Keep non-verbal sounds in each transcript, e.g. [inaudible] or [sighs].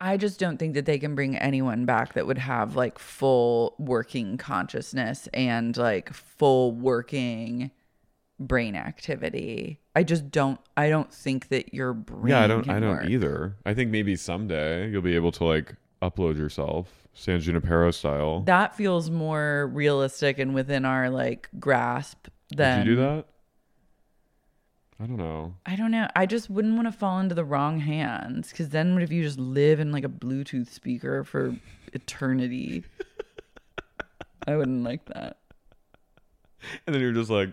I just don't think that they can bring anyone back that would have like full working consciousness and like full working brain activity. I just don't I don't think that your brain yeah, I don't. can I don't work. either. I think maybe someday you'll be able to like upload yourself, San Junipero style. That feels more realistic and within our like grasp Would than you do that? I don't know. I don't know. I just wouldn't want to fall into the wrong hands because then what if you just live in like a Bluetooth speaker for [laughs] eternity? I wouldn't like that. And then you're just like,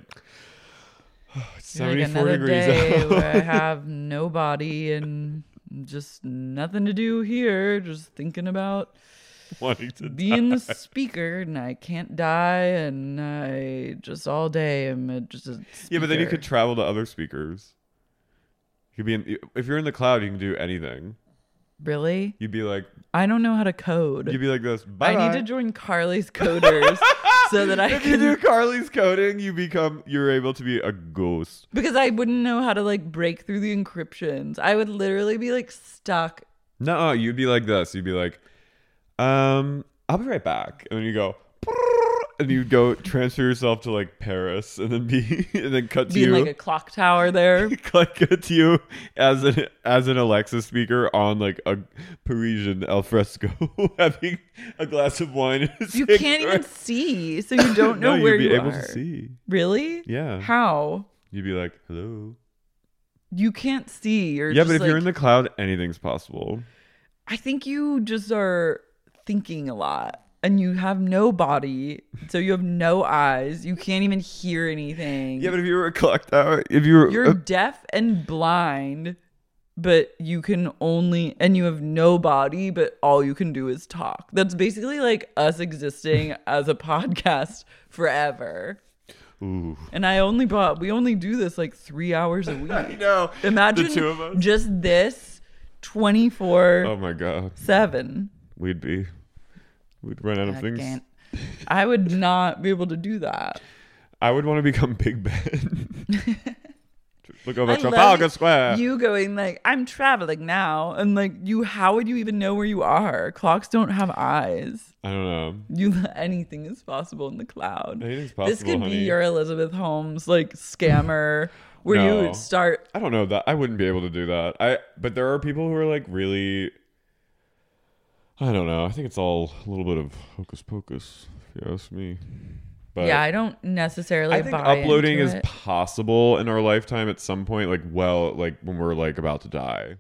[sighs] it's You're like, 74 another degrees day out. [laughs] where I have no body and just nothing to do here. Just thinking about [laughs] Wanting to being the speaker and I can't die and I just all day am a- just a Yeah, but then you speaker. could travel to other speakers. You could be in, if you're in the cloud, you can do anything. really. You'd be like, I don't know how to code. you'd be like this. Bye. I need to join Carly's coders so that I [laughs] If you can do Carly's coding, you become you're able to be a ghost. [laughs] because I wouldn't know how to like break through the encryptions. I would literally be like stuck. No, you'd be like this. You'd be like, um, I'll be right back, and then you go. "Brrr," And you go transfer yourself to like Paris, and then be, [laughs] and then cut to Being you, like a clock tower there. [laughs] like cut to you as an as an Alexa speaker on like a Parisian alfresco, [laughs] having a glass of wine. and a You can't even [laughs] cigarette. see, so you [laughs] don't know no, where you'd be you able are. to see. Really? Yeah, How? you'd be like, hello. You can't see. You're yeah, but just, if you're like- in the cloud, anything's possible. I think you just are thinking a lot and you have no body. So you have no eyes. You can't even hear anything. Yeah, but uh, if you were a clock tower, if you were You're deaf and blind, but you can only, and you have no body, but all you can do is talk. That's basically like us [laughs] existing as a podcast forever. Ooh. And I only bought, we only do this like three hours a week. No. Imagine two of us. just this 24 Oh my god. 7. We'd be we'd run out of I things. can't. I would not be able to do that. I would want to become [laughs] Big Ben. Look over I love Trafalgar Square. You going like I'm traveling now, and like you, how would you even know where you are? Clocks don't have eyes. I don't know. You [laughs] anything is possible in the cloud. Anything's possible, this could honey. be your Elizabeth Holmes like scammer, where you No. would start. I don't know that I wouldn't be able to do that. I but there are people who are like really I don't know. I think it's all a little bit of hocus pocus, if you ask me. But yeah, I don't necessarily. I think buy uploading into is it. possible in our lifetime at some point, like well, like when we're like about to die.